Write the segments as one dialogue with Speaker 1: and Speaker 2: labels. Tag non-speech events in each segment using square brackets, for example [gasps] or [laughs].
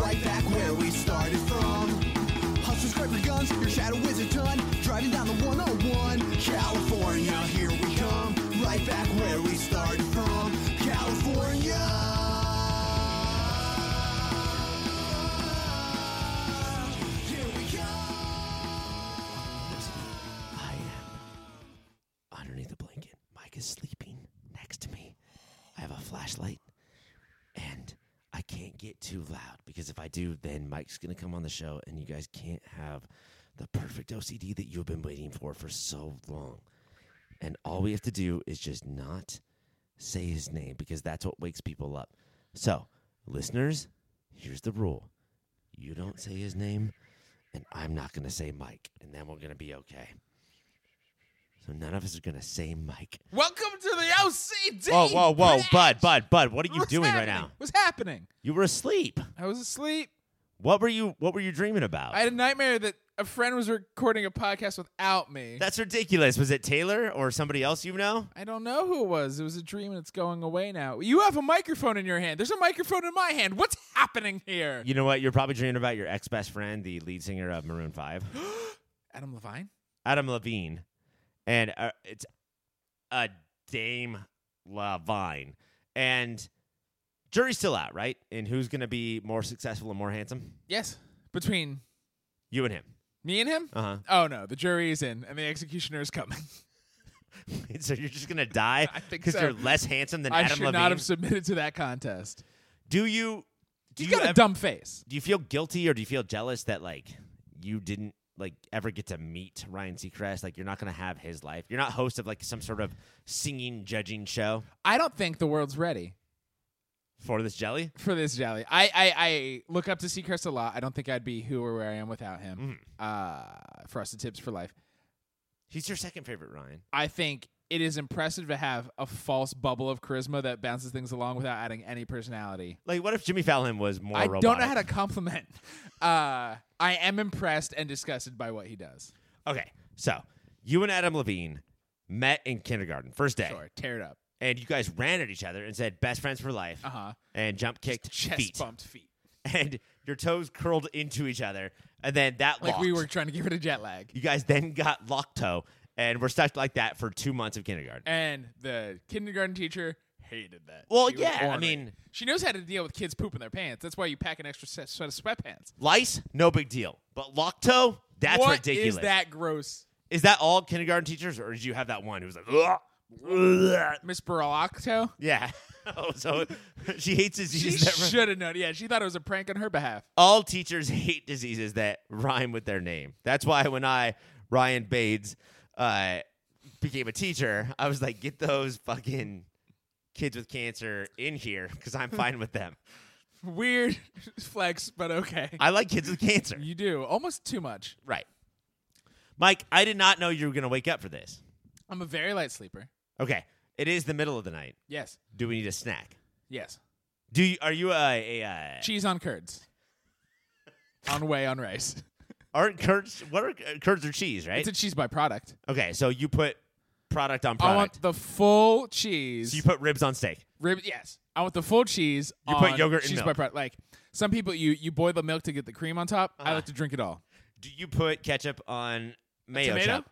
Speaker 1: right back where we started from. Hustlers, grab your guns, your shadow is a ton. Driving down the 101, California, here we come. Right back where we started from, California. Here we come.
Speaker 2: I am underneath the blanket. Mike is sleeping next to me. I have a flashlight and I can't get too loud because if I do, then Mike's going to come on the show and you guys can't have the perfect OCD that you've been waiting for for so long. And all we have to do is just not say his name because that's what wakes people up. So, listeners, here's the rule you don't say his name, and I'm not going to say Mike, and then we're going to be okay. So, none of us are going to say Mike.
Speaker 3: Welcome to the OCD.
Speaker 2: Whoa, whoa, whoa, bud,
Speaker 3: Brad.
Speaker 2: bud, bud! What are you
Speaker 3: What's
Speaker 2: doing right
Speaker 3: happening?
Speaker 2: now?
Speaker 3: What's happening?
Speaker 2: You were asleep.
Speaker 3: I was asleep.
Speaker 2: What were you? What were you dreaming about?
Speaker 3: I had a nightmare that a friend was recording a podcast without me.
Speaker 2: That's ridiculous. Was it Taylor or somebody else you know?
Speaker 3: I don't know who it was. It was a dream and it's going away now. You have a microphone in your hand. There's a microphone in my hand. What's happening here?
Speaker 2: You know what? You're probably dreaming about your ex best friend, the lead singer of Maroon
Speaker 3: [gasps]
Speaker 2: Five,
Speaker 3: Adam Levine?
Speaker 2: Adam Levine, and uh, it's a Dame Levine, and jury's still out, right? And who's gonna be more successful and more handsome?
Speaker 3: Yes. Between
Speaker 2: You and him.
Speaker 3: me and him?
Speaker 2: Uh huh.
Speaker 3: Oh no, the jury is in and the executioner is coming.
Speaker 2: [laughs] so you're just gonna die
Speaker 3: [laughs] I think
Speaker 2: because
Speaker 3: so.
Speaker 2: you're less handsome than
Speaker 3: I
Speaker 2: Adam
Speaker 3: should
Speaker 2: Levine.
Speaker 3: not have submitted to that contest.
Speaker 2: do you? Do
Speaker 3: He's
Speaker 2: you
Speaker 3: got a
Speaker 2: ever-
Speaker 3: dumb face.
Speaker 2: do you feel guilty or do you feel jealous that like you didn't like ever get to meet Ryan Seacrest? Like you're not gonna have his life. You're not host of like some sort of singing judging show
Speaker 3: I don't think the world's ready
Speaker 2: for this jelly.
Speaker 3: for this jelly. I, I, I look up to Seacrest a lot. I don't think I'd be who or where I am without him.
Speaker 2: Mm.
Speaker 3: Uh, Frosted Tips for life.
Speaker 2: He's your second favorite, Ryan.
Speaker 3: I think it is impressive to have a false bubble of charisma that bounces things along without adding any personality.
Speaker 2: Like what if Jimmy Fallon was more?
Speaker 3: I don't know
Speaker 2: robotic?
Speaker 3: how to compliment. [laughs] Uh, I am impressed and disgusted by what he does.
Speaker 2: Okay, so you and Adam Levine met in kindergarten, first day,
Speaker 3: Sure, tear it up.
Speaker 2: and you guys ran at each other and said best friends for life.
Speaker 3: Uh huh.
Speaker 2: And jump kicked
Speaker 3: Chest
Speaker 2: feet,
Speaker 3: bumped feet.
Speaker 2: and your toes curled into each other, and then that
Speaker 3: Like we
Speaker 2: locked.
Speaker 3: were trying to get rid of jet lag.
Speaker 2: You guys then got lock toe and were stuck like that for two months of kindergarten.
Speaker 3: And the kindergarten teacher hated that.
Speaker 2: Well,
Speaker 3: She was
Speaker 2: yeah, I
Speaker 3: ornery.
Speaker 2: mean-
Speaker 3: she knows how to deal with kids pooping their pants. That's why you pack an extra set set of sweatpants.
Speaker 2: Lice, no big deal. But lock toe, that's
Speaker 3: What
Speaker 2: ridiculous.
Speaker 3: Is that gross?
Speaker 2: Is that all kindergarten teachers, or did you have that one who was like, "Ugh, ugh." [laughs]
Speaker 3: Miss Barlacto?
Speaker 2: yeah? oh, so [laughs] she hates
Speaker 3: She
Speaker 2: diseases. that rhyme.
Speaker 3: should have known. Yeah, she thought it was a prank on her behalf.
Speaker 2: all teachers hate diseases that rhyme with their name. That's why when I Ryan Bades uh, became a teacher, I was like, get those fucking kids with cancer in here because
Speaker 3: [laughs]
Speaker 2: I'm fine with them.
Speaker 3: Weird [laughs] flex, but okay.
Speaker 2: I like kids with cancer.
Speaker 3: you do almost too much.
Speaker 2: Right. Mike, I did not know you were going to wake up for this.
Speaker 3: I'm a very light sleeper.
Speaker 2: Okay. It is the middle of the night.
Speaker 3: Yes,
Speaker 2: Do we need a snack?
Speaker 3: yes.
Speaker 2: Do you, are you a, a uh,
Speaker 3: Cheese on curds.
Speaker 2: [laughs]
Speaker 3: on whey on rice.
Speaker 2: aren't curds what are uh, curds or cheese, right?
Speaker 3: It's a cheese byproduct.
Speaker 2: okay, so you put product on
Speaker 3: I
Speaker 2: product.
Speaker 3: want the full cheese.
Speaker 2: so you put ribs on steak.
Speaker 3: Rib, yes. I want the full cheese.
Speaker 2: You
Speaker 3: on
Speaker 2: put yogurt and
Speaker 3: cheese
Speaker 2: milk.
Speaker 3: byproduct. Like some people, you you boil the milk to get the cream on top. I
Speaker 2: Uh-huh.
Speaker 3: like to drink it all.
Speaker 2: Do you put ketchup on mayo
Speaker 3: Tomato.
Speaker 2: chup?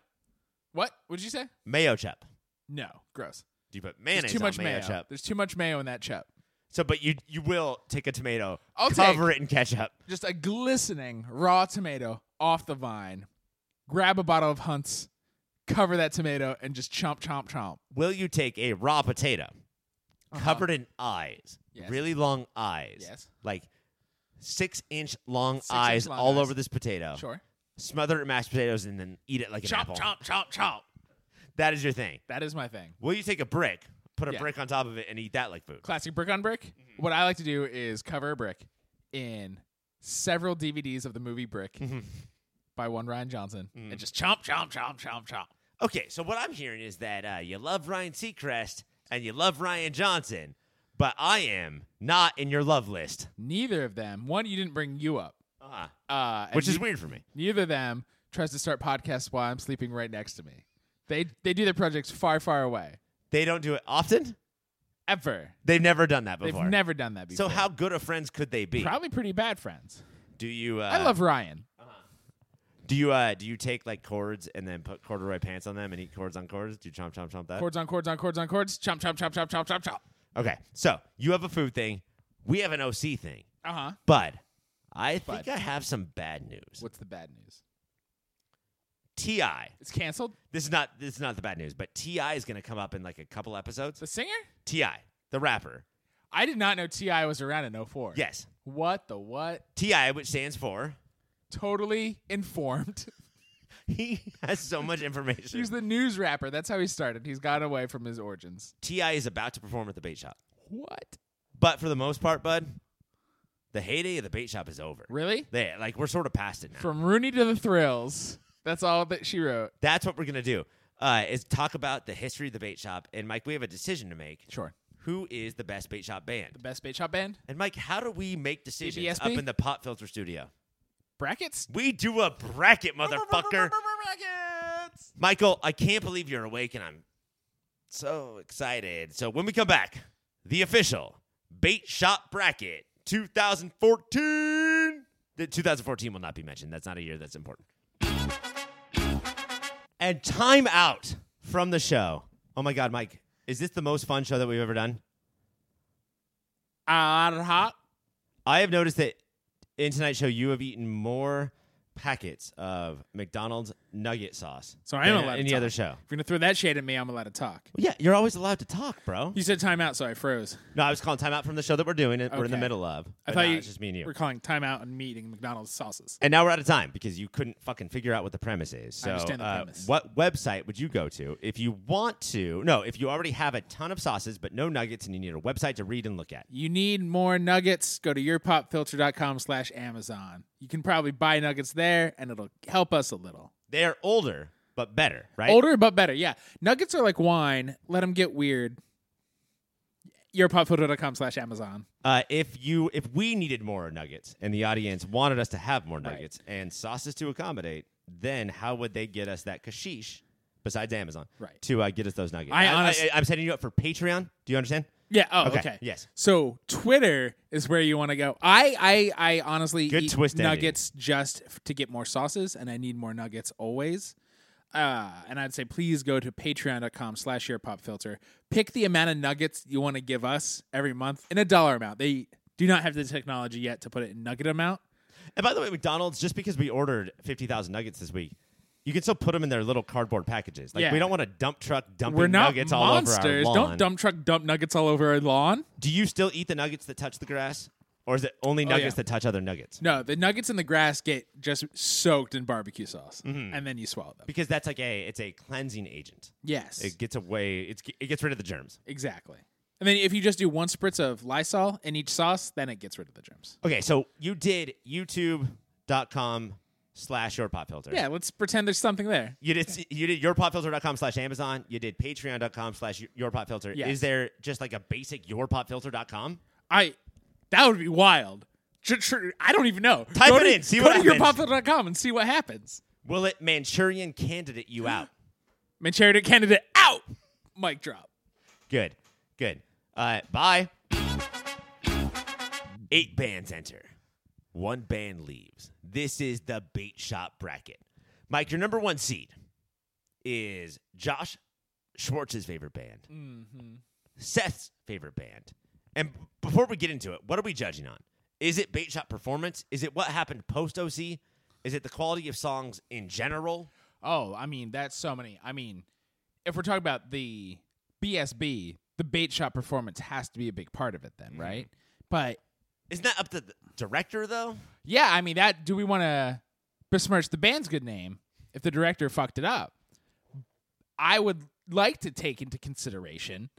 Speaker 3: What? What'd you say?
Speaker 2: Mayo chup.
Speaker 3: No, gross.
Speaker 2: Do you put
Speaker 3: There's
Speaker 2: mayonnaise
Speaker 3: too
Speaker 2: on
Speaker 3: much
Speaker 2: mayo,
Speaker 3: mayo.
Speaker 2: chup?
Speaker 3: There's too much mayo in that chup.
Speaker 2: So but you you will take a tomato,
Speaker 3: I'll
Speaker 2: cover it in ketchup.
Speaker 3: just a glistening raw tomato off the vine. Grab a bottle of Hunt's, cover that tomato, and just chomp, chomp, chomp. Uh-huh.
Speaker 2: Will you take a raw potato covered in eyes?
Speaker 3: Yes.
Speaker 2: Really long eyes.
Speaker 3: Yes.
Speaker 2: Like six inch long
Speaker 3: Six-inch
Speaker 2: eyes
Speaker 3: long
Speaker 2: all
Speaker 3: eyes.
Speaker 2: over this potato.
Speaker 3: Sure.
Speaker 2: Smother it in mashed potatoes and then eat it like an
Speaker 3: Chomp,
Speaker 2: apple.
Speaker 3: chomp, chomp, chomp.
Speaker 2: That is your thing.
Speaker 3: That is my thing.
Speaker 2: Will you take a brick, put a
Speaker 3: Yeah.
Speaker 2: brick on top of it, and eat that like food?
Speaker 3: Classic brick on brick.
Speaker 2: Mm-hmm.
Speaker 3: What I like to do is cover a brick in several DVDs of the movie Brick
Speaker 2: Mm-hmm.
Speaker 3: by one Ryan Johnson and just chomp, chomp, chomp, chomp, chomp.
Speaker 2: Okay, so what I'm hearing is that uh, you love Ryan Seacrest and you love Ryan Johnson, but I am not in your love list,
Speaker 3: Neither of them, one, you didn't bring you up,
Speaker 2: uh,
Speaker 3: uh, and
Speaker 2: which is
Speaker 3: ne-
Speaker 2: weird for me.
Speaker 3: Neither of them tries to start podcasts while I'm sleeping right next to me. They they do their projects far, far away.
Speaker 2: They don't do it often.
Speaker 3: ever.
Speaker 2: They've never done that
Speaker 3: They've
Speaker 2: before.
Speaker 3: never done that
Speaker 2: So
Speaker 3: before.
Speaker 2: how good of friends could they be?
Speaker 3: Probably pretty bad friends.
Speaker 2: Do you? Uh,
Speaker 3: I love Ryan.
Speaker 2: Do you? Uh, do you take like cords and then put corduroy pants on them and eat cords on cords? Do you chomp chomp chomp that?
Speaker 3: Chords on chords on chords on chords. Chomp chomp chomp chomp chomp chomp chomp.
Speaker 2: Okay, so you have a food thing. We have an OC thing.
Speaker 3: Uh huh.
Speaker 2: But I think
Speaker 3: But.
Speaker 2: I have some bad news.
Speaker 3: What's the bad news?
Speaker 2: Ti,
Speaker 3: It's canceled.
Speaker 2: this is not this is not the bad news, but Ti is going to come up in like a couple episodes.
Speaker 3: The singer?
Speaker 2: Ti, the rapper.
Speaker 3: I did not know Ti was around in 04.
Speaker 2: Yes,
Speaker 3: What the what?
Speaker 2: Ti, which stands for [laughs]
Speaker 3: Totally informed. [laughs]
Speaker 2: he has so much information.
Speaker 3: He's the news rapper. That's how he started. He's gone away from his origins.
Speaker 2: Ti is about to perform at the bait shop,
Speaker 3: What?
Speaker 2: but for the most part, bud, the heyday of the bait shop is over.
Speaker 3: Really?
Speaker 2: They like we're sort of past it now.
Speaker 3: From Rooney to the Thrills. That's all that she wrote.
Speaker 2: That's what we're gonna do. Uh, is talk about the history of the bait shop. And Mike, we have a decision to make.
Speaker 3: Sure.
Speaker 2: Who is the best bait shop band?
Speaker 3: The best bait shop band?
Speaker 2: And Mike, how do we make decisions
Speaker 3: BBSB?
Speaker 2: up in the pop filter studio?
Speaker 3: Brackets?
Speaker 2: We do a bracket, motherfucker.
Speaker 3: Brackets!
Speaker 2: Michael, I can't believe you're awake and I'm so excited. So when we come back, the official bait shop bracket 2014. The 2014 will not be mentioned. That's not a year that's important. And time out from the show. Oh my God, Mike, is this the most fun show that we've ever done?
Speaker 3: Ad hoc.
Speaker 2: I have noticed that in tonight's show, you have eaten more packets of McDonald's nugget sauce.
Speaker 3: So I am
Speaker 2: than
Speaker 3: allowed to
Speaker 2: any
Speaker 3: talk.
Speaker 2: other show.
Speaker 3: If you're going to throw that shade at me, I'm allowed to talk.
Speaker 2: Yeah, you're always allowed to talk, bro.
Speaker 3: You said timeout, so I froze.
Speaker 2: No, I was calling timeout from the show that we're doing. And We're in the
Speaker 3: Okay.
Speaker 2: middle of.
Speaker 3: I
Speaker 2: But
Speaker 3: thought
Speaker 2: no,
Speaker 3: you
Speaker 2: it's just me and you.
Speaker 3: We're calling timeout and meeting McDonald's sauces.
Speaker 2: And now we're out of time because you couldn't fucking figure out what the premise is. So,
Speaker 3: understand the
Speaker 2: uh,
Speaker 3: premise.
Speaker 2: what website would you go to if you want to? No, if you already have a ton of sauces but no nuggets and you need a website to read and look at.
Speaker 3: You need more nuggets? Go to yourpopfilter.com slash Amazon. You can probably buy nuggets there, and it'll help us a little.
Speaker 2: They're older but better, right?
Speaker 3: Older but better, yeah. Nuggets are like wine. Let them get weird. Yourpopfilter.com slash Amazon.
Speaker 2: Uh, if you if we needed more nuggets and the audience wanted us to have more nuggets and sauces to accommodate, then how would they get us that kashish besides Amazon
Speaker 3: Right.
Speaker 2: to uh, get us those nuggets?
Speaker 3: I honest-
Speaker 2: I, I'm setting you up for Patreon. Do you understand?
Speaker 3: Yeah. Oh, okay.
Speaker 2: Okay, yes.
Speaker 3: So Twitter is where you want to go. I, I, I honestly
Speaker 2: Good
Speaker 3: eat
Speaker 2: twist ending.
Speaker 3: nuggets just f- to get more sauces, and I need more nuggets always. Uh, and I'd say please go to patreon.com slash your pop filter. Pick the amount of nuggets you want to give us every month in a dollar amount. They do not have the technology yet to put it in nugget amount.
Speaker 2: And by the way, McDonald's, just because we ordered 50,000 nuggets this week, you can still put them in their little cardboard packages. Like,
Speaker 3: Yeah.
Speaker 2: we don't want a dump truck dumping
Speaker 3: We're not
Speaker 2: nuggets
Speaker 3: monsters.
Speaker 2: all over our lawn.
Speaker 3: Don't dump truck dump nuggets all over our lawn.
Speaker 2: Do you still eat the nuggets that touch the grass? Or is it only nuggets
Speaker 3: Oh, yeah.
Speaker 2: that touch other nuggets?
Speaker 3: No, the nuggets in the grass get just soaked in barbecue sauce,
Speaker 2: Mm-hmm.
Speaker 3: and then you swallow them.
Speaker 2: Because that's like a, it's a cleansing agent.
Speaker 3: Yes,
Speaker 2: It gets away, it's, it gets rid of the germs.
Speaker 3: Exactly. And then if you just do one spritz of Lysol in each sauce, then it gets rid of the germs.
Speaker 2: Okay, so you did youtube.com slash your pop filter.
Speaker 3: Yeah, let's pretend there's something there.
Speaker 2: You did you did yourpopfilter.com slash Amazon. You did patreon.com slash your pop filter.
Speaker 3: Yes.
Speaker 2: Is there just like a basic yourpopfilter.com?
Speaker 3: I that would be wild. Tr- tr- I don't even know.
Speaker 2: Type
Speaker 3: go
Speaker 2: it
Speaker 3: to,
Speaker 2: in, see
Speaker 3: go
Speaker 2: what
Speaker 3: to
Speaker 2: happens.
Speaker 3: yourpopfilter.com and see what happens.
Speaker 2: Will it Manchurian candidate you out?
Speaker 3: Manchurian candidate out. Mic drop.
Speaker 2: Good, good. Uh, bye. Eight bands enter, one band leaves. This is the bait shop bracket. Mike, your number one seed is Josh Schwartz's favorite band, Seth's favorite band. And b- before we get into it, what are we judging on? Is it bait shop performance? Is it what happened post OC? Is it the quality of songs in general?
Speaker 3: Oh, I mean, that's so many. I mean, if we're talking about the BSB, the bait shop performance has to be a big part of it then, right? But
Speaker 2: Isn't that up to the director though?
Speaker 3: yeah, I mean, that do we want to besmirch the band's good name if the director fucked it up? I would like to take into consideration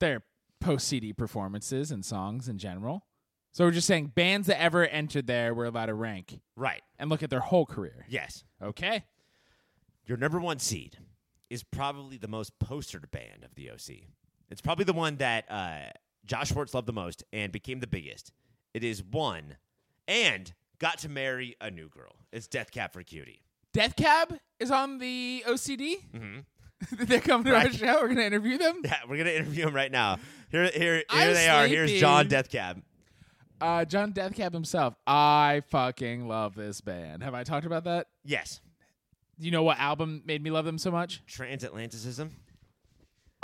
Speaker 3: their post CD performances and songs in general. So we're just saying bands that ever entered there were allowed to rank
Speaker 2: Right.
Speaker 3: and look at their whole career.
Speaker 2: Yes.
Speaker 3: Okay.
Speaker 2: Your number one seed is probably the most postered band of the OC. It's probably the one that uh, Josh Schwartz loved the most and became the biggest. It is one and got to marry a new girl. It's Death Cab for Cutie.
Speaker 3: Death Cab is on the OCD. [laughs] They're coming to our show. We're gonna interview them.
Speaker 2: [laughs] Yeah, we're gonna interview him right now. Here, here, here
Speaker 3: I'm
Speaker 2: they are. Here's John
Speaker 3: sleeping.
Speaker 2: Deathcab.
Speaker 3: Uh, John Deathcap himself. I fucking love this band. Have I talked about that?
Speaker 2: Yes,
Speaker 3: You know what album made me love them so much?
Speaker 2: Transatlanticism.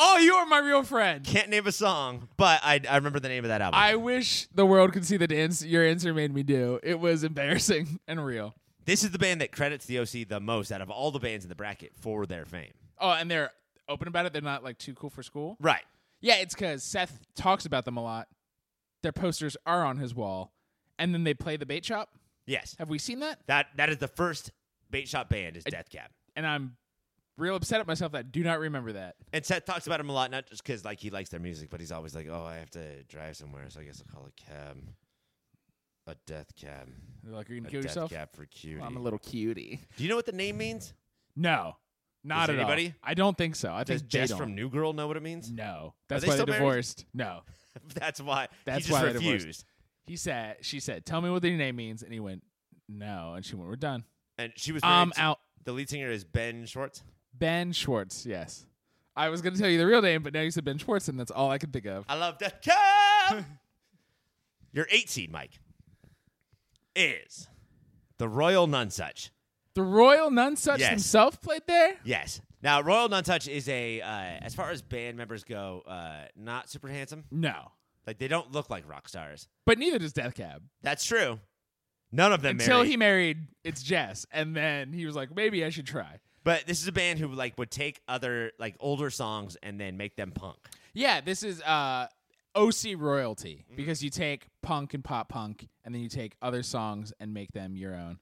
Speaker 3: Oh, you are my real friend.
Speaker 2: Can't name a song, but I, I remember the name of that album.
Speaker 3: I wish the world could see that ans- your answer made me do. It was embarrassing [laughs] and real.
Speaker 2: this is the band that credits the OC the most out of all the bands in the bracket for their fame.
Speaker 3: Oh, and they're open about it. They're not like too cool for school.
Speaker 2: Right.
Speaker 3: Yeah, it's because Seth talks about them a lot. Their posters are on his wall, and then they play the bait shop.
Speaker 2: Yes.
Speaker 3: Have we seen that?
Speaker 2: That that is the first bait shop band is Deathcab.
Speaker 3: And I'm real upset at myself that I do not remember that.
Speaker 2: And Seth talks about him a lot, not just because like he likes their music, but he's always like, "Oh, I have to drive somewhere, so I guess I'll call a cab, a death cab,
Speaker 3: They're like, you're
Speaker 2: a
Speaker 3: gonna kill
Speaker 2: death
Speaker 3: yourself.
Speaker 2: cab for cutie."
Speaker 3: Well, I'm a little cutie.
Speaker 2: Do you know what the name means?
Speaker 3: No, not
Speaker 2: Does
Speaker 3: at all.
Speaker 2: anybody?
Speaker 3: I don't think so. I
Speaker 2: Does
Speaker 3: think they
Speaker 2: Jess
Speaker 3: don't. Mm.
Speaker 2: from New Girl know what it means?
Speaker 3: no, that's
Speaker 2: they
Speaker 3: why they
Speaker 2: still married?
Speaker 3: divorced. No,
Speaker 2: [laughs] That's why
Speaker 3: That's
Speaker 2: he just
Speaker 3: why they divorced.
Speaker 2: refused.
Speaker 3: he said. She said, "Tell me what the name means," and he went, "No," and she went, "We're done."
Speaker 2: And she was
Speaker 3: I'm
Speaker 2: married to-
Speaker 3: out.
Speaker 2: The lead singer is Ben Schwartz.
Speaker 3: Ben Schwartz. Yes, I was gonna tell you the real name, but now you said Ben Schwartz, and that's all I could think of.
Speaker 2: I love Death
Speaker 3: [laughs]
Speaker 2: Cab. Your eight seed, Mike, is the Royal Nunsuch.
Speaker 3: The Royal Nunsuch
Speaker 2: Yes.
Speaker 3: himself played there.
Speaker 2: Yes. Now, Royal Nuntouch is a, uh, as far as band members go, uh, not super handsome.
Speaker 3: No,
Speaker 2: Like they don't look like rock stars.
Speaker 3: but neither does Death Cab.
Speaker 2: That's true. None of them
Speaker 3: Until
Speaker 2: married.
Speaker 3: he married, it's Jess, and then he was like, "Maybe I should try."
Speaker 2: but this is a band who like would take other like older songs and then make them punk.
Speaker 3: Yeah, this is uh, OC royalty
Speaker 2: Mm-hmm.
Speaker 3: because you take punk and pop punk, and then you take other songs and make them your own.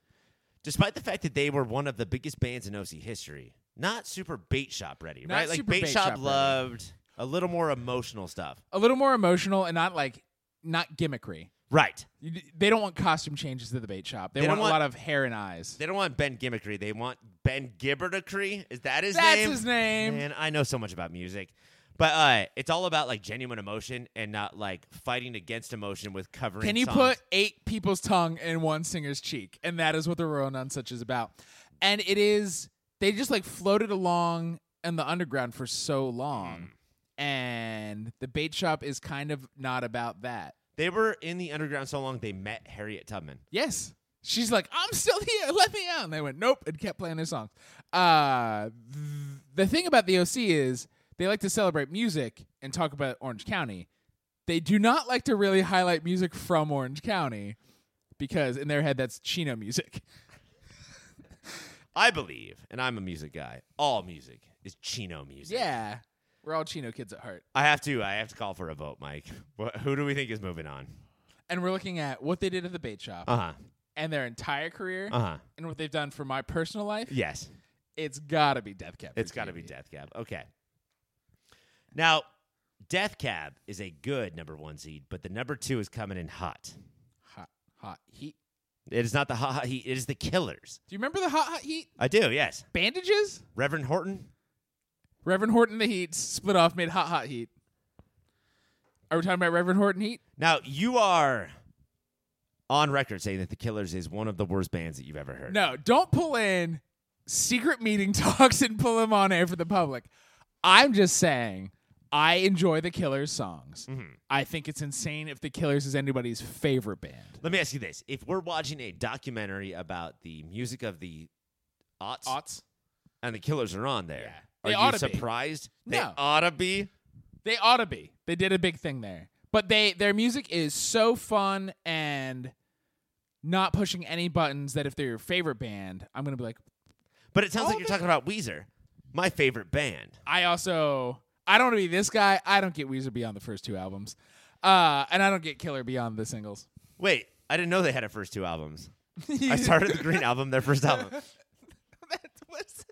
Speaker 2: Despite the fact that they were one of the biggest bands in OC history, not super bait shop ready,
Speaker 3: Not
Speaker 2: right? Like
Speaker 3: super
Speaker 2: bait,
Speaker 3: bait
Speaker 2: shop,
Speaker 3: shop ready.
Speaker 2: loved a little more emotional stuff.
Speaker 3: A little more emotional and not like not gimmickry.
Speaker 2: Right.
Speaker 3: You d- They don't want costume changes to the bait shop. They,
Speaker 2: They don't
Speaker 3: want, a lot
Speaker 2: want-
Speaker 3: of hair and eyes.
Speaker 2: They don't want Ben Gimmickry. They want Ben Gibberticry. Is that his
Speaker 3: That's
Speaker 2: name?
Speaker 3: his name.
Speaker 2: Man, I know so much about music. But uh, it's all about like genuine emotion and not like fighting against emotion with covering.
Speaker 3: Can you
Speaker 2: songs.
Speaker 3: put eight people's tongue in one singer's cheek? And that is what the Royal Nunsuch is about. And it is they just like floated along in the underground for so long. And the bait shop is kind of not about that.
Speaker 2: They were in the underground so long they met Harriet Tubman.
Speaker 3: Yes. She's like, I'm still here. Let me out. And they went, nope, and kept playing their songs. Uh, th- the thing about the OC is they like to celebrate music and talk about Orange County. They do not like to really highlight music from Orange County because in their head that's Chino music. [laughs]
Speaker 2: I believe, and I'm a music guy. All music is chino music.
Speaker 3: Yeah. We're all Chino kids at heart.
Speaker 2: I have to. I have to call for a vote, Mike. What, who do we think is moving on?
Speaker 3: And we're looking at what they did at the bait shop
Speaker 2: Uh huh.
Speaker 3: and their entire career
Speaker 2: Uh huh.
Speaker 3: and what they've done for my personal life.
Speaker 2: Yes.
Speaker 3: It's got to be Death Cab. for
Speaker 2: It's got to be
Speaker 3: Jamie.
Speaker 2: Death Cab. Okay. Now, Death Cab is a good number one seed, but the number two is coming in hot.
Speaker 3: Hot, hot heat.
Speaker 2: It is not the hot, hot heat. It is the Killers.
Speaker 3: Do you remember the hot, hot heat?
Speaker 2: I do. Yes.
Speaker 3: Bandages?
Speaker 2: Reverend Horton.
Speaker 3: Reverend Horton the Heat split off, made Hot Hot Heat. Are we talking about Reverend Horton Heat?
Speaker 2: Now you are on record saying that the Killers is one of the worst bands that you've ever heard.
Speaker 3: No, don't pull in secret meeting [laughs] talks and pull them on air for the public. I'm just saying, I enjoy the Killers songs. I think it's insane if the Killers is anybody's favorite band.
Speaker 2: Let me ask you this: If we're watching a documentary about the music of the aughts,
Speaker 3: Aughts?
Speaker 2: and the Killers are on there,
Speaker 3: Yeah. They
Speaker 2: are you
Speaker 3: oughta be.
Speaker 2: surprised?
Speaker 3: No.
Speaker 2: They oughta be.
Speaker 3: They ought to be. They did a big thing there. But they their music is so fun and not pushing any buttons that if they're your favorite band, I'm gonna be like,
Speaker 2: But it sounds
Speaker 3: All
Speaker 2: like you're
Speaker 3: the-
Speaker 2: talking about Weezer, my favorite band.
Speaker 3: I also I don't want to be this guy. I don't get Weezer beyond the first two albums, uh, and I don't get Killer beyond the singles.
Speaker 2: Wait, I didn't know they had a first two
Speaker 3: [laughs]
Speaker 2: albums. I started the Green album, their first album.
Speaker 3: [laughs] That was-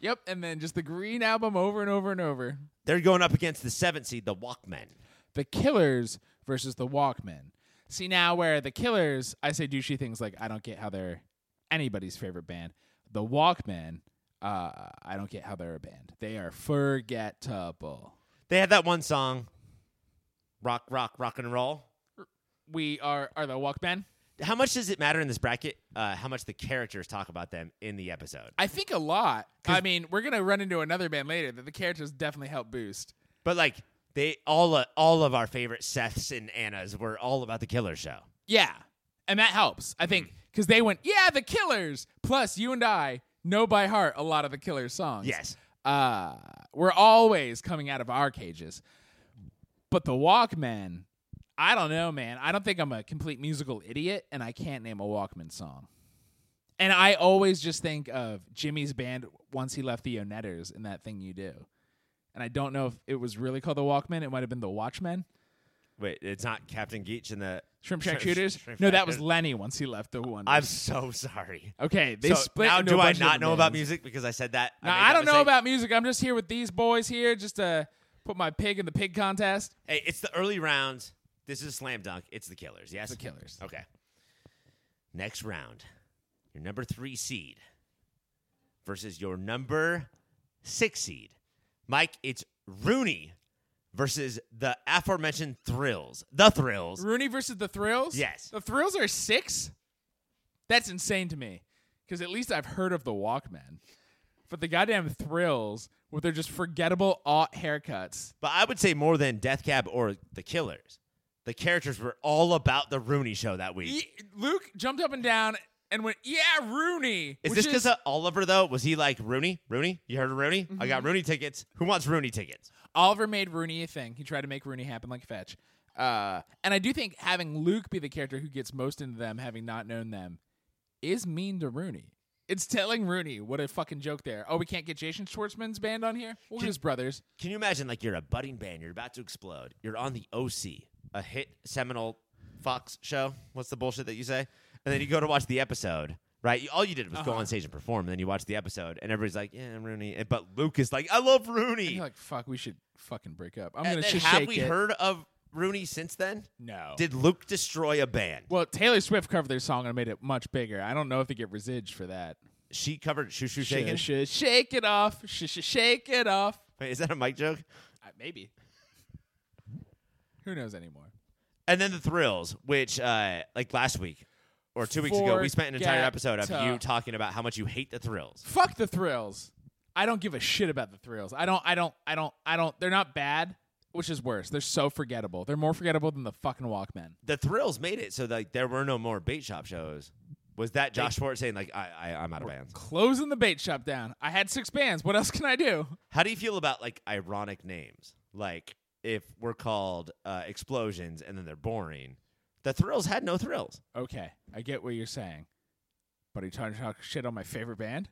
Speaker 3: yep, and then just the Green album over and over and over.
Speaker 2: They're going up against the seventh seed, the Walkmen.
Speaker 3: The Killers versus the Walkmen. See now where the Killers, I say douchey things like I don't get how they're anybody's favorite band. The Walkmen, uh, I don't get how they're a band. They are forgettable.
Speaker 2: They had that one song, "Rock, Rock, Rock and Roll."
Speaker 3: We are are the Walkmen.
Speaker 2: How much does it matter in this bracket? Uh, how much the characters talk about them in the episode?
Speaker 3: I think a lot. I mean, we're gonna run into another band later that the characters definitely help boost.
Speaker 2: But like they all uh, all of our favorite Seths and Annas were all about the Killer Show.
Speaker 3: Yeah, and that helps. I think
Speaker 2: Mm-hmm.
Speaker 3: because they went, yeah, the Killers. Plus, you and I know by heart a lot of the Killers songs.
Speaker 2: Yes.
Speaker 3: uh, we're always coming out of our cages. But the Walkman, I don't know, man. I don't think I'm a complete musical idiot, and I can't name a Walkman song. And I always just think of Jimmy's band once he left the Onetters and that thing you do. And I don't know if it was really called the Walkman. It might have been the Watchmen.
Speaker 2: Wait, it's not Captain Geach and the
Speaker 3: Shrimp
Speaker 2: Shrimp-
Speaker 3: Shack
Speaker 2: Shrimp
Speaker 3: No, that was
Speaker 2: Shack-
Speaker 3: Lenny once he left the one.
Speaker 2: I'm so sorry.
Speaker 3: Okay, they
Speaker 2: so
Speaker 3: split.
Speaker 2: now,
Speaker 3: into a
Speaker 2: do I
Speaker 3: bunch of
Speaker 2: not
Speaker 3: different
Speaker 2: know about
Speaker 3: bands.
Speaker 2: music because I said that?
Speaker 3: Now,
Speaker 2: made
Speaker 3: I
Speaker 2: that
Speaker 3: don't know
Speaker 2: mistake?
Speaker 3: about music. I'm just here with these boys here, just to put my pig in the pig contest.
Speaker 2: Hey, it's the early rounds. This is a slam dunk. It's the Killers. Yes,
Speaker 3: The Killers.
Speaker 2: Okay. Next round, your number three seed versus your number six seed. Mike, it's Rooney versus the aforementioned Thrills. The Thrills.
Speaker 3: Rooney versus the Thrills?
Speaker 2: Yes.
Speaker 3: The Thrills are six? That's insane to me. Because at least I've heard of the Walkmen. But the goddamn Thrills with their just forgettable aught haircuts.
Speaker 2: But I would say more than Death Cab or the Killers. The characters were all about the Rooney show that week.
Speaker 3: E- Luke jumped up and down and went, Yeah, Rooney.
Speaker 2: is
Speaker 3: which
Speaker 2: this because of Oliver though? Was he like Rooney? Rooney? You heard of Rooney? I
Speaker 3: Mm-hmm.
Speaker 2: got Rooney tickets. Who wants Rooney tickets?
Speaker 3: Oliver made Rooney a thing. He tried to make Rooney happen like fetch. Uh, and I do think having Luke be the character who gets most into them, having not known them, is mean to Rooney. It's telling Rooney what a fucking joke there. Oh, we can't get Jason Schwartzman's band on here. We'll get his brothers.
Speaker 2: Can you imagine like you're a budding band, you're about to explode, you're on the OC, a hit seminal Fox show. What's the bullshit that you say? And then you go to watch the episode, right? You- All you did was
Speaker 3: Uh-huh.
Speaker 2: go on stage and perform, and then you watch the episode, and everybody's like, "Yeah, Rooney," And- but Luke is like, "I love
Speaker 3: And
Speaker 2: Rooney."
Speaker 3: you're like, fuck, we should fucking break up. I'm
Speaker 2: and
Speaker 3: gonna
Speaker 2: then
Speaker 3: sh-
Speaker 2: have
Speaker 3: shake
Speaker 2: we
Speaker 3: it.
Speaker 2: heard of Rooney since then?
Speaker 3: No.
Speaker 2: Did Luke destroy a band?
Speaker 3: well, Taylor Swift covered their song and made it much bigger. I don't know if they get residged for that.
Speaker 2: She covered Shoo Shoo
Speaker 3: Sh-
Speaker 2: Shaking.
Speaker 3: sh- shake it off. Sh- sh- shake it off.
Speaker 2: Wait, is that a mic joke?
Speaker 3: Uh, maybe. Who knows anymore?
Speaker 2: And then the thrills, which uh, like last week or two weeks ago, we spent an entire
Speaker 3: Forget
Speaker 2: episode of
Speaker 3: to-
Speaker 2: you talking about how much you hate the thrills.
Speaker 3: Fuck the thrills. I don't give a shit about the thrills. I don't. I don't. I don't. I don't. They're not bad. Which is worse? They're so forgettable. They're more forgettable than the fucking Walkmen.
Speaker 2: The thrills made it so like there were no more bait shop shows. Was that Josh Schwartz saying like I, I I'm out of bands?
Speaker 3: Closing the bait shop down. I had six bands. What else can I do?
Speaker 2: How do you feel about like ironic names? Like if we're called uh, explosions and then they're boring. The thrills had no thrills.
Speaker 3: Okay, I get what you're saying. But are you trying to talk shit on my favorite band?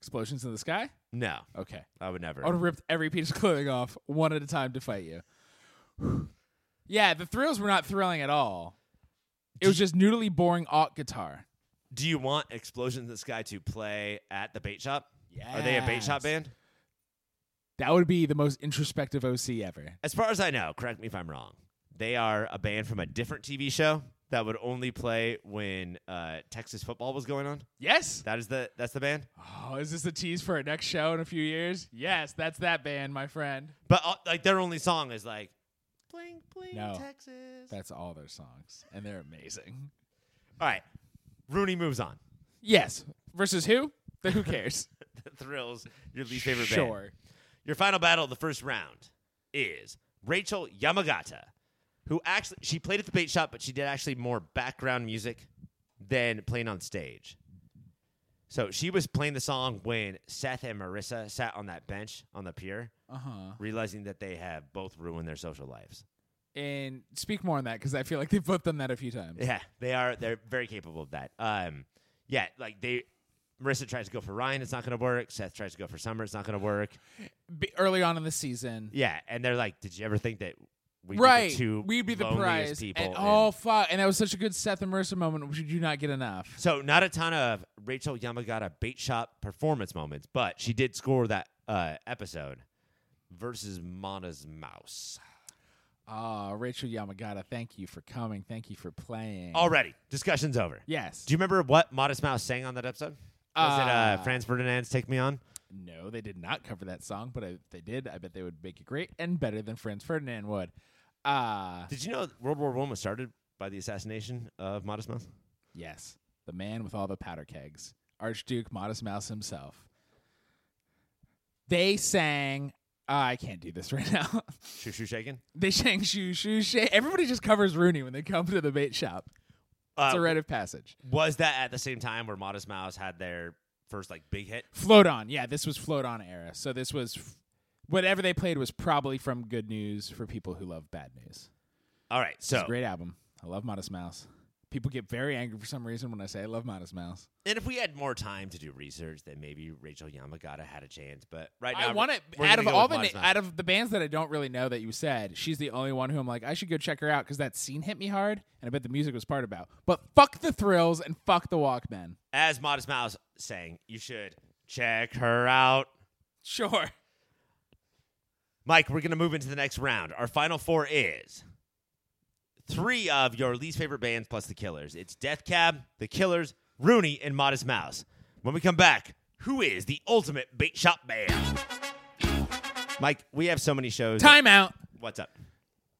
Speaker 3: Explosions in the Sky?
Speaker 2: No,
Speaker 3: Okay.
Speaker 2: I would never.
Speaker 3: I would have ripped every piece of clothing off one at a time to fight you. [sighs] yeah, the thrills were not thrilling at all. It was just noodly boring alt guitar.
Speaker 2: Do you want explosions in the sky to play at the bait shop? Are they a bait shop
Speaker 3: Yes.
Speaker 2: band?
Speaker 3: That would be the most introspective OC ever.
Speaker 2: As far as I know, correct me if I'm wrong. They are a band from a different TV show that would only play when uh, Texas football was going on.
Speaker 3: Yes.
Speaker 2: That is the that's the band.
Speaker 3: Oh, is this a tease for our next show in a few years? Yes, that's that band, my friend.
Speaker 2: But uh, like their only song is like bling bling
Speaker 3: No.
Speaker 2: Texas.
Speaker 3: That's all their songs, and they're amazing.
Speaker 2: All right. Rooney moves on. [laughs]
Speaker 3: Yes. Versus who? The who cares?
Speaker 2: Thrills your [laughs] least favorite band.
Speaker 3: sure.
Speaker 2: Your final battle of the first round is Rachel Yamagata, who actually she played at the bait shop, but she did actually more background music than playing on stage. So she was playing the song when Seth and Marissa sat on that bench on the pier,
Speaker 3: Uh huh.
Speaker 2: realizing that they have both ruined their social lives.
Speaker 3: And speak more on that because I feel like they've both done that a few times.
Speaker 2: Yeah, they are. They're very capable of that. Um, yeah, like they. Marissa tries to go for Ryan. It's not going to work. Seth tries to go for Summer. It's not going to work.
Speaker 3: Be- early on in the season.
Speaker 2: Yeah, and they're like, "Did you ever think that we'd
Speaker 3: right.
Speaker 2: be the two
Speaker 3: We'd be the
Speaker 2: loneliest
Speaker 3: prize.
Speaker 2: people?"
Speaker 3: And,
Speaker 2: in-
Speaker 3: oh, fuck. And that was such a good Seth and Mercer moment, which you do not get enough.
Speaker 2: So not a ton of Rachel Yamagata bait shop performance moments, but she did score that uh, episode versus Mona's Mouse.
Speaker 3: Ah, Rachel Yamagata, thank you for coming. Thank you for playing.
Speaker 2: Already, discussion's over.
Speaker 3: Yes.
Speaker 2: Do you remember what Modest Mouse sang on that episode? Was it uh,
Speaker 3: Uh,
Speaker 2: Franz Ferdinand's "Take Me On"?
Speaker 3: No, they did not cover that song, but I, if they did, I bet they would make it great and better than Franz Ferdinand would. Uh,
Speaker 2: Did you know World War One was started by the assassination of Modest Mouse?
Speaker 3: Yes, the man with all the powder kegs, Archduke Modest Mouse himself. They sang. uh, I can't do this [laughs] right now.
Speaker 2: Shoo shoo shaking.
Speaker 3: they sang shoo shoo shay. Everybody just covers Rooney when they come to the bait shop. It's a rite of passage.
Speaker 2: Uh, was that at the same time where Modest Mouse had their first like big hit?
Speaker 3: Float on. Yeah, this was float on era. So this was f- whatever they played was probably from Good News for people who love bad news.
Speaker 2: All right,
Speaker 3: It's a
Speaker 2: so
Speaker 3: great album. I love Modest Mouse. People get very angry for some reason when I say I love Modest Mouse.
Speaker 2: and if we had more time to do research, then maybe Rachel Yamagata had a chance. But right now,
Speaker 3: I want it
Speaker 2: we're
Speaker 3: out
Speaker 2: gonna
Speaker 3: of
Speaker 2: go
Speaker 3: all
Speaker 2: with
Speaker 3: the na-
Speaker 2: Modest Mouse.
Speaker 3: out of the bands that I don't really know that you said. She's the only one who I'm like I should go check her out because that scene hit me hard, and I bet the music was part about. But fuck the thrills and fuck the Walkmen.
Speaker 2: as Modest Mouse saying, you should check her out.
Speaker 3: Sure.
Speaker 2: Mike, we're going to move into the next round. Our final four is three of your least favorite bands plus the Killers. It's Death Cab, The Killers, Rooney, and Modest Mouse. When we come back, who is the ultimate bait shop band? Mike, we have so many shows.
Speaker 3: Time out.
Speaker 2: What's up?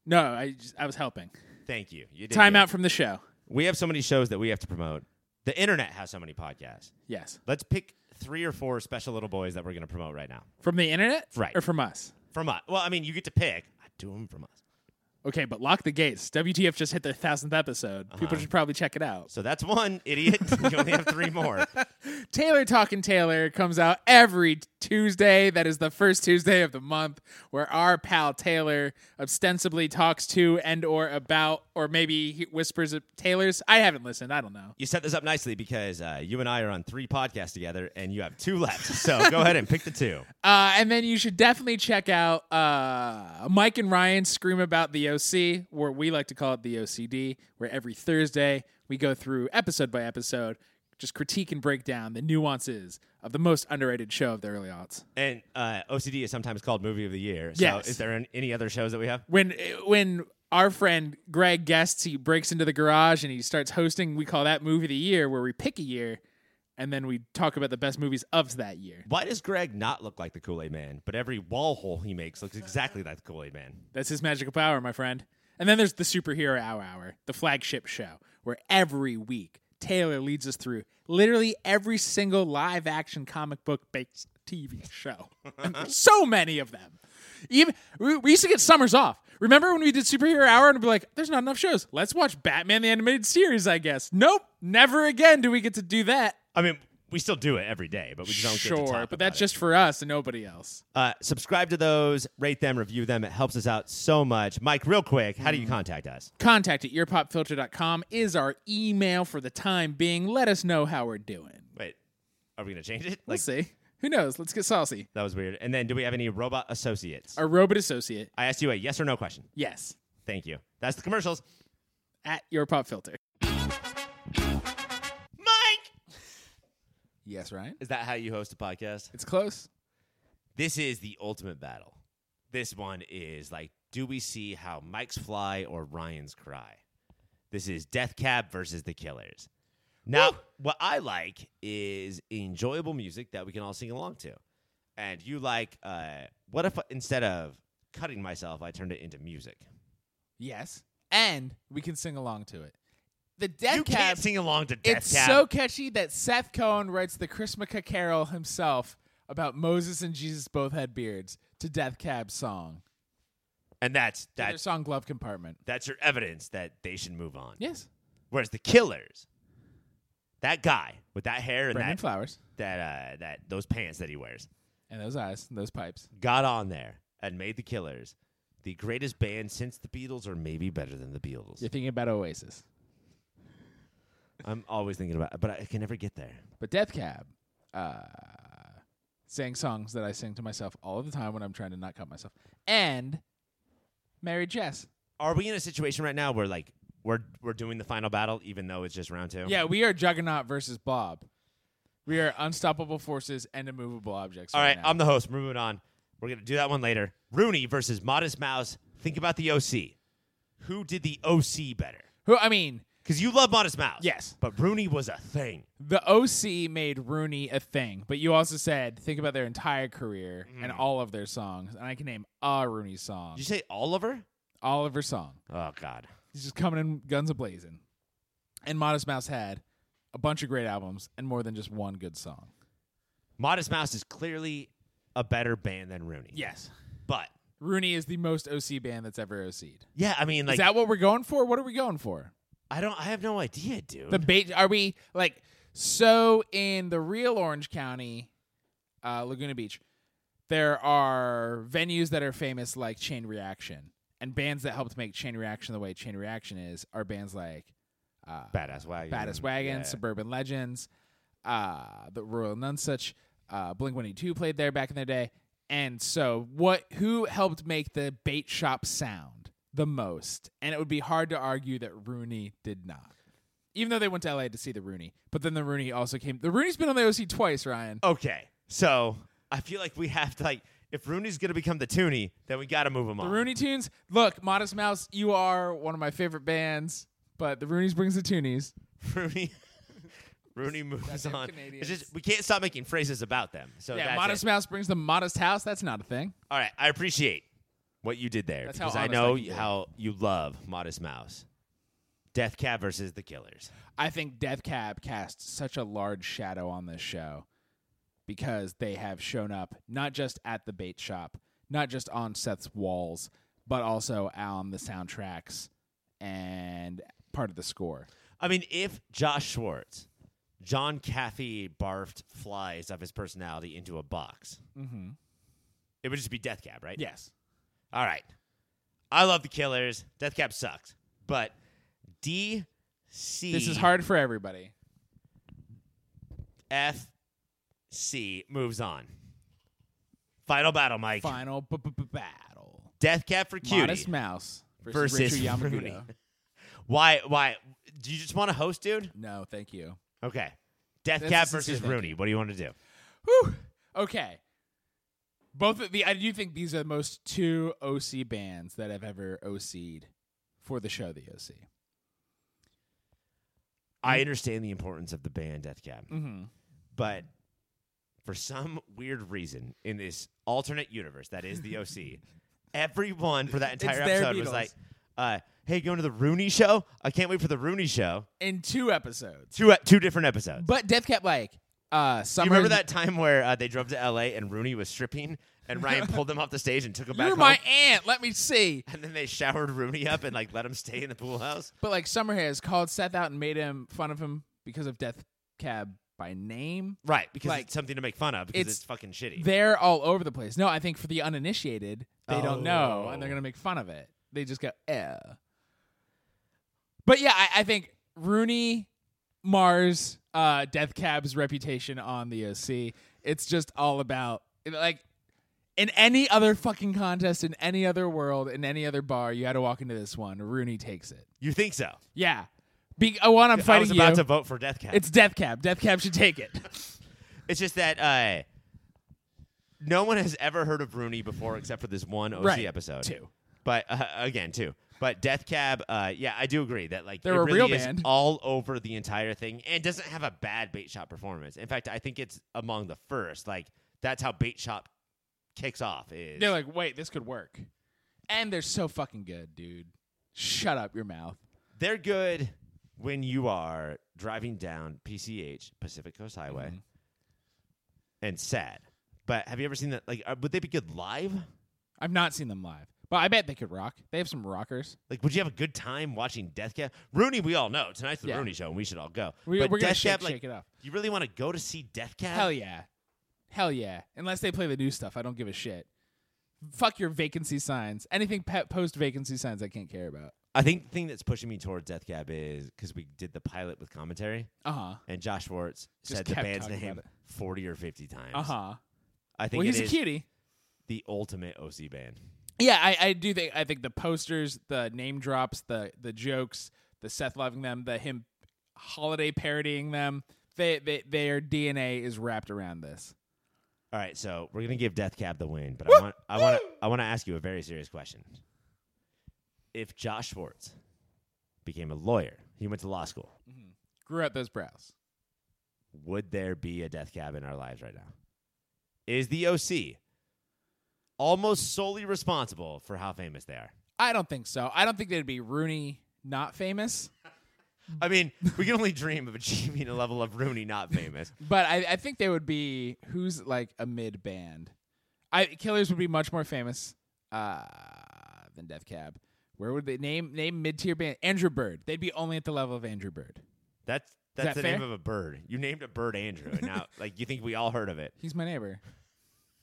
Speaker 3: No, I just, I was helping.
Speaker 2: Thank you. you did
Speaker 3: Time
Speaker 2: good.
Speaker 3: out from the show.
Speaker 2: We have so many shows that we have to promote. The internet has so many podcasts.
Speaker 3: Yes.
Speaker 2: Let's pick three or four special little boys that we're going to promote right now.
Speaker 3: From the internet?
Speaker 2: Right.
Speaker 3: Or from us?
Speaker 2: From us. Well, I mean, you get to pick. I do them from us.
Speaker 3: Okay, but lock the gates. WTF just hit their thousandth episode.
Speaker 2: Uh-huh.
Speaker 3: People should probably check it out.
Speaker 2: So that's one, idiot. [laughs] you only have three more.
Speaker 3: Taylor Talking Taylor comes out every Tuesday. That is the first Tuesday of the month where our pal Taylor ostensibly talks to and or about or maybe he whispers at Taylor's. I haven't listened. I don't know.
Speaker 2: You set this up nicely because uh, you and I are on three podcasts together, and you have two left. So go ahead and pick the two.
Speaker 3: Uh, and then you should definitely check out uh, Mike and Ryan scream about the OC, where we like to call it the OCD, where every Thursday we go through episode by episode, just critique and break down the nuances of the most underrated show of the early aughts.
Speaker 2: [laughs] And uh, OCD is sometimes called movie of the year. So
Speaker 3: Yes.
Speaker 2: is there an- any other shows that we have?
Speaker 3: When when our friend Greg guests, he breaks into the garage and he starts hosting. We call that movie of the year, where we pick a year, and then we talk about the best movies of that year.
Speaker 2: Why does Greg not look like the Kool Aid Man, but every wall hole he makes looks exactly like the Kool Aid Man?
Speaker 3: That's his magical power, my friend. And then there's the Superhero Hour Hour, the flagship show, where every week Taylor leads us through literally every single live action comic book based TV show. [laughs] And there's so many of them. Even we, we used to get summers off. Remember when we did Superhero Hour and be like, there's not enough shows. Let's watch Batman the animated series, I guess. Nope, never again do we get to do that.
Speaker 2: I mean, we still do it every day, but we just don't get to
Speaker 3: Sure,
Speaker 2: talk
Speaker 3: but
Speaker 2: about
Speaker 3: that's
Speaker 2: it.
Speaker 3: just for us and nobody else.
Speaker 2: Uh, subscribe to those, rate them, review them. It helps us out so much. Mike, real quick, how do you contact us?
Speaker 3: contact at earpopfilter.com is our email for the time being. Let us know how we're doing.
Speaker 2: Wait, are we going to change it?
Speaker 3: Let's see. Who knows? Let's get saucy.
Speaker 2: that was weird. And then do we have any robot associates?
Speaker 3: Our robot associate,
Speaker 2: I asked you a yes or no question.
Speaker 3: yes,
Speaker 2: Thank you. That's the commercials.
Speaker 3: at your pop filter.
Speaker 2: Mike!
Speaker 3: Yes, Ryan.
Speaker 2: Is that how you host a podcast?
Speaker 3: It's close.
Speaker 2: This is the ultimate battle. This one is like, do we see how Mike's fly or Ryan's cry? This is Death Cab versus the Killers. Now, what I like is enjoyable music that we can all sing along to. And you like, uh, what if instead of cutting myself, I turned it into music?
Speaker 3: Yes. And we can sing along to it. The Death
Speaker 2: you
Speaker 3: Cab,
Speaker 2: can't sing along to Death
Speaker 3: it's
Speaker 2: Cab.
Speaker 3: so catchy that Seth Cohen writes the Chrismica carol himself about Moses and Jesus both had beards to Death Cab's song.
Speaker 2: and that's
Speaker 3: To their
Speaker 2: that's
Speaker 3: song Glove Compartment.
Speaker 2: that's your evidence that they should move on.
Speaker 3: Yes.
Speaker 2: Whereas the Killers, that guy with that hair and
Speaker 3: Brandon
Speaker 2: that
Speaker 3: Flowers.
Speaker 2: that uh, that those pants that he wears
Speaker 3: And those eyes and those pipes.
Speaker 2: got on there and made the Killers the greatest band since the Beatles, or maybe better than the Beatles.
Speaker 3: You're thinking about Oasis.
Speaker 2: I'm always thinking about, but I can never get there.
Speaker 3: But Death Cab uh, sang songs that I sing to myself all the time when I'm trying to not cut myself. And Mary Jess.
Speaker 2: Are we in a situation right now where like we're we're doing the final battle, even though it's just round two?
Speaker 3: Yeah, we are Juggernaut versus Bob. We are unstoppable forces and immovable objects.
Speaker 2: All right, um,
Speaker 3: now.
Speaker 2: I'm the host. We're moving on. We're gonna do that one later. Rooney versus Modest Mouse. Think about the OC. Who did the OC better?
Speaker 3: Who? I mean,
Speaker 2: Because you love Modest Mouse.
Speaker 3: Yes.
Speaker 2: But Rooney was a thing.
Speaker 3: the OC made Rooney a thing, but you also said think about their entire career
Speaker 2: Mm.
Speaker 3: and all of their songs, and I can name a Rooney song,
Speaker 2: Did you say Oliver?
Speaker 3: all of her song.
Speaker 2: Oh God.
Speaker 3: He's just coming in guns a blazing. And Modest Mouse had a bunch of great albums and more than just one good song.
Speaker 2: Modest Mouse is clearly a better band than Rooney.
Speaker 3: Yes.
Speaker 2: But
Speaker 3: Rooney is the most OC band that's ever OC'd.
Speaker 2: yeah, I mean,
Speaker 3: is
Speaker 2: like,
Speaker 3: that what we're going for? What are we going for?
Speaker 2: I don't, I have no idea, dude.
Speaker 3: The bait are we like so in the real Orange County, uh, Laguna Beach, there are venues that are famous like Chain Reaction. And bands that helped make Chain Reaction the way Chain Reaction is are bands like uh,
Speaker 2: Badass Wagon.
Speaker 3: Baddest Wagon,
Speaker 2: Yeah.
Speaker 3: Suburban Legends, uh, the Royal Nunsuch, uh, Blink One Eighty Two played there back in the day, and so what? Who helped make the bait shop sound the most? And it would be hard to argue that Rooney did not, even though they went to LA to see the Rooney. But then the Rooney also came. The Rooney's been on the OC twice, Ryan.
Speaker 2: Okay. So I feel like we have to, like, if Rooney's going to become the Toonie, then we got to move him on.
Speaker 3: The Rooney Tunes. Look, Modest Mouse, you are one of my favorite bands, but the Rooney's brings the Toonies.
Speaker 2: [laughs] Rooney. Rooney moves
Speaker 3: Goddamn
Speaker 2: on.
Speaker 3: Canadians.
Speaker 2: It's just we can't stop making phrases about them. So
Speaker 3: Yeah,
Speaker 2: that's
Speaker 3: Modest
Speaker 2: it.
Speaker 3: Mouse brings the Modest House. That's not a thing.
Speaker 2: All right, I appreciate what you did there
Speaker 3: That's how
Speaker 2: because I
Speaker 3: honest
Speaker 2: know
Speaker 3: I can be.
Speaker 2: how you love Modest Mouse. Death Cab versus the Killers.
Speaker 3: I think Death Cab casts such a large shadow on this show because they have shown up not just at the bait shop, not just on Seth's walls, but also on the soundtracks and part of the score.
Speaker 2: I mean, if Josh Schwartz, John Caffey barfed flies of his personality into a box,
Speaker 3: Mm-hmm.
Speaker 2: it would just be Death Cab, right?
Speaker 3: Yes.
Speaker 2: All right. I love the Killers. Death Cab sucks, but D C
Speaker 3: This is hard for everybody.
Speaker 2: F C moves on. Final battle, Mike.
Speaker 3: Final b- b- b- battle.
Speaker 2: Death Cab for Cutie.
Speaker 3: Modest Mouse versus,
Speaker 2: Versus
Speaker 3: Richard
Speaker 2: Rooney.
Speaker 3: Yamaguta.
Speaker 2: Why? Why? Do you just want to host, dude?
Speaker 3: No, thank you.
Speaker 2: Okay. Death
Speaker 3: That's
Speaker 2: Cab
Speaker 3: a sincere
Speaker 2: versus
Speaker 3: thank
Speaker 2: Rooney. What do you want to do?
Speaker 3: Whew. Okay. Both of the I do think these are the most two OC bands that have ever OC'd for the show The OC.
Speaker 2: I understand the importance of the band Death Cab,
Speaker 3: Mm-hmm.
Speaker 2: but for some weird reason in this alternate universe that is the
Speaker 3: [laughs]
Speaker 2: OC, everyone for that
Speaker 3: It's
Speaker 2: entire
Speaker 3: their
Speaker 2: episode was
Speaker 3: Beatles.
Speaker 2: like, uh, "Hey, going to the Rooney show? I can't wait for the Rooney show."
Speaker 3: In two episodes.
Speaker 2: Two uh, two different episodes.
Speaker 3: But Death Cab like uh
Speaker 2: Do
Speaker 3: summer
Speaker 2: you remember that time where uh, they drove to LA and Rooney was stripping and
Speaker 3: [laughs]
Speaker 2: Ryan pulled him off the stage and took him back
Speaker 3: You're
Speaker 2: home?
Speaker 3: my aunt, let me see.
Speaker 2: and then they showered Rooney up and like let him stay in the pool house.
Speaker 3: But like Summer has called Seth out and made him fun of him because of Death Cab by name.
Speaker 2: Right, because
Speaker 3: Like,
Speaker 2: it's something to make fun of because
Speaker 3: it's
Speaker 2: it's, fucking shitty.
Speaker 3: They're all over the place. No, I think for the uninitiated, they don't know
Speaker 2: Oh.
Speaker 3: and they're gonna make fun of it. They just go, eh. But yeah, I, I think Rooney Mars, uh, Death Cab's reputation on the OC. It's just all about like in any other fucking contest, in any other world, in any other bar, you had to walk into this one. Rooney takes it.
Speaker 2: you think so?
Speaker 3: Yeah. Be oh, one, I'm
Speaker 2: I
Speaker 3: fighting
Speaker 2: was about
Speaker 3: you.
Speaker 2: to vote for Death Cab. It's,
Speaker 3: it's Death Cab. Death Cab should take it.
Speaker 2: just that uh, no one has ever heard of Rooney before except for this one OC
Speaker 3: Right,
Speaker 2: episode.
Speaker 3: two.
Speaker 2: But uh, again, two. But Death Cab, uh, yeah, I do agree that like
Speaker 3: They're
Speaker 2: it
Speaker 3: a
Speaker 2: really
Speaker 3: real
Speaker 2: is
Speaker 3: band.
Speaker 2: all over the entire thing and doesn't have a bad bait shop performance. In fact, I think it's among the first. Like that's how bait shop kicks off. Is
Speaker 3: They're like, wait, this could work. And they're so fucking good, dude. Shut up your mouth.
Speaker 2: they're good when you are driving down PCH Pacific Coast Highway
Speaker 3: Mm-hmm.
Speaker 2: and sad. But have you ever seen that? Like, uh, would they be good live?
Speaker 3: I've not seen them live, but I bet they could rock. They have some rockers.
Speaker 2: Like, would you have a good time watching Death Cab? Rooney, we all know tonight's the
Speaker 3: Yeah.
Speaker 2: Rooney show, and we should all go.
Speaker 3: We,
Speaker 2: but
Speaker 3: we're gonna
Speaker 2: Death
Speaker 3: shake,
Speaker 2: Cab, like,
Speaker 3: shake it up.
Speaker 2: you really want to go to see Death Cab?
Speaker 3: Hell yeah, hell yeah. Unless they play the new stuff, I don't give a shit. Fuck your vacancy signs. Anything pe- post vacancy signs, I can't care about.
Speaker 2: I think the thing that's pushing me towards Death Cab is because we did the pilot with commentary,
Speaker 3: Uh huh.
Speaker 2: and Josh Schwartz
Speaker 3: Just
Speaker 2: said the
Speaker 3: kept
Speaker 2: band's
Speaker 3: talking
Speaker 2: name
Speaker 3: about
Speaker 2: forty or fifty times.
Speaker 3: Uh huh.
Speaker 2: I think
Speaker 3: Well,
Speaker 2: it
Speaker 3: he's a
Speaker 2: is
Speaker 3: cutie.
Speaker 2: the ultimate OC band.
Speaker 3: Yeah, I, I do think I think the posters, the name drops, the the jokes, the Seth loving them, the him holiday parodying them. They, they their DNA is wrapped around this.
Speaker 2: All right, so we're gonna give Death Cab the win, but I want I want to I want to ask you a very serious question. If Josh Schwartz became a lawyer, he went to law school,
Speaker 3: Grew out those brows.
Speaker 2: would there be a Death Cab in our lives right now? Is the OC almost solely responsible for how famous they are?
Speaker 3: I don't think so. I don't think they'd be Rooney not famous.
Speaker 2: I
Speaker 3: [laughs]
Speaker 2: mean, we can only dream of achieving a level of Rooney not famous.
Speaker 3: But I, I think they would be who's like a mid band. I Killers would be much more famous uh, than Death Cab. Where would they name name mid tier band? Andrew Bird. They'd be only at the level of Andrew Bird.
Speaker 2: That's that's
Speaker 3: that
Speaker 2: the name
Speaker 3: fair?
Speaker 2: of a bird. You named a bird Andrew, and
Speaker 3: [laughs]
Speaker 2: now like you think we all heard of it.
Speaker 3: He's my neighbor.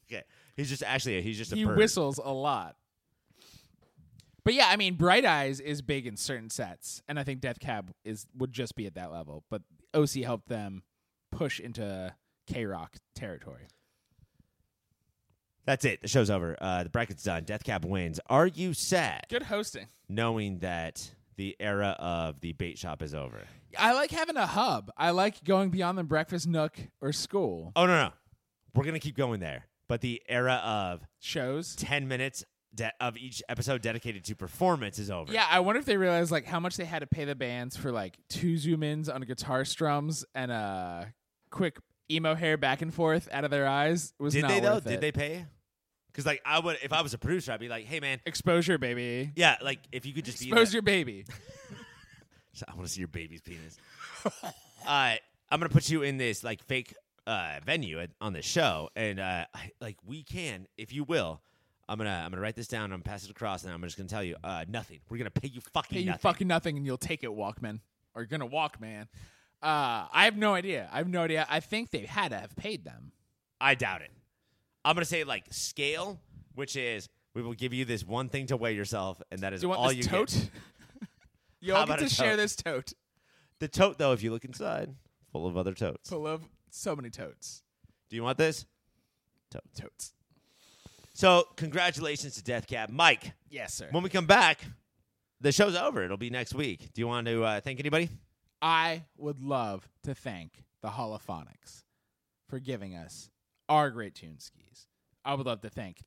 Speaker 2: Okay, he's just actually he's just a
Speaker 3: he
Speaker 2: bird.
Speaker 3: whistles a lot. But yeah, I mean, Bright Eyes is big in certain sets, and I think Death Cab is would just be at that level. But OC helped them push into K Rock territory.
Speaker 2: That's it. The show's over. Uh, the bracket's done. Death Cab wins. Are you sad
Speaker 3: Good hosting.
Speaker 2: knowing that the era of the bait shop is over?
Speaker 3: I like having a hub. I like going beyond the breakfast nook or school
Speaker 2: Oh no no, we're gonna keep going there. But the era of
Speaker 3: shows.
Speaker 2: ten minutes de- of each episode dedicated to performance is over.
Speaker 3: Yeah, I wonder if they realized like how much they had to pay the bands for like two zoom ins on guitar strums and a quick emo hair back and forth out of their eyes was
Speaker 2: Did
Speaker 3: not
Speaker 2: they though?
Speaker 3: worth
Speaker 2: Did
Speaker 3: it.
Speaker 2: they pay? Because like I would, if I was a producer, I'd be like, hey man,
Speaker 3: exposure, baby?
Speaker 2: yeah, like if you could just be in
Speaker 3: Expose your baby.
Speaker 2: So [laughs] I want to see your baby's penis. [laughs] uh, I'm gonna put you in this like fake uh, venue at, on this show, and uh, I, like we can, if you will. I'm gonna I'm gonna write this down. I'm gonna pass it across, and I'm just gonna tell you uh, nothing. We're gonna pay you fucking
Speaker 3: Pay you
Speaker 2: nothing.
Speaker 3: fucking nothing and you'll take it, Walkman. Or you're gonna walk, man. Uh, I have no idea. I have no idea. I think they had to have paid them.
Speaker 2: I doubt it. I'm gonna say like scale, which is we will give you this one thing to weigh yourself, and that is
Speaker 3: Do you want
Speaker 2: all
Speaker 3: this
Speaker 2: you
Speaker 3: tote?
Speaker 2: [laughs]
Speaker 3: [laughs]
Speaker 2: get.
Speaker 3: you
Speaker 2: How
Speaker 3: all get
Speaker 2: about
Speaker 3: to
Speaker 2: a
Speaker 3: share
Speaker 2: tote?
Speaker 3: this tote.
Speaker 2: The tote, though, if you look inside, full of other totes.
Speaker 3: Full of so many totes.
Speaker 2: Do you want this?
Speaker 3: Totes.
Speaker 2: So congratulations to Death Cab, Mike.
Speaker 3: Yes, sir.
Speaker 2: When we come back, the show's over. It'll be next week. Do you want to uh, thank anybody?
Speaker 3: I would love to thank the Holophonics for giving us our great tune skis. I would love to thank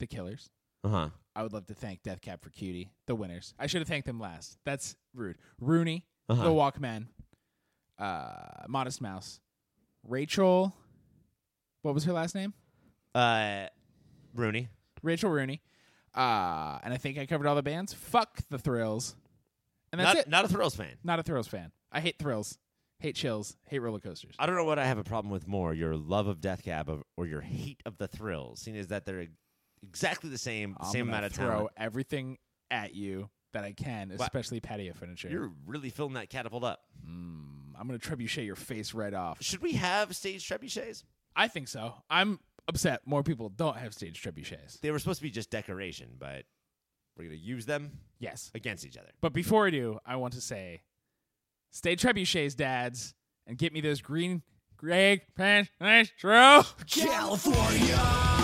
Speaker 3: the Killers.
Speaker 2: Uh huh.
Speaker 3: I would love to thank Death Cab for Cutie, the winners. I should have thanked them last. That's rude. Rooney,
Speaker 2: Uh-huh.
Speaker 3: The Walkman, uh, Modest Mouse, Rachel. What was her last name?
Speaker 2: Uh, Rooney.
Speaker 3: Rachel Rooney. Uh, and I think I covered all the bands. Fuck the Thrills. And that's
Speaker 2: Not,
Speaker 3: it.
Speaker 2: not a Thrills fan.
Speaker 3: Not a Thrills fan. I hate Thrills. Hate chills. Hate roller coasters.
Speaker 2: I don't know what I have a problem with more your love of Death Cab of- or your hate of the Thrills, seeing as that they're exactly the same,
Speaker 3: I'm
Speaker 2: same
Speaker 3: gonna
Speaker 2: amount of
Speaker 3: throw
Speaker 2: talent.
Speaker 3: everything at you that I can, especially patio furniture. Mm,
Speaker 2: You're really filling that catapult up.
Speaker 3: I'm gonna trebuchet your face right off.
Speaker 2: Should we have stage trebuchets?
Speaker 3: I think so. I'm upset more people don't have stage trebuchets.
Speaker 2: They were supposed to be just decoration, but we're going to use them
Speaker 3: Yes.
Speaker 2: against each other.
Speaker 3: But before I do, I want to say stay trebuchets, dads, and get me those green Greg Pan Nitro.
Speaker 1: California.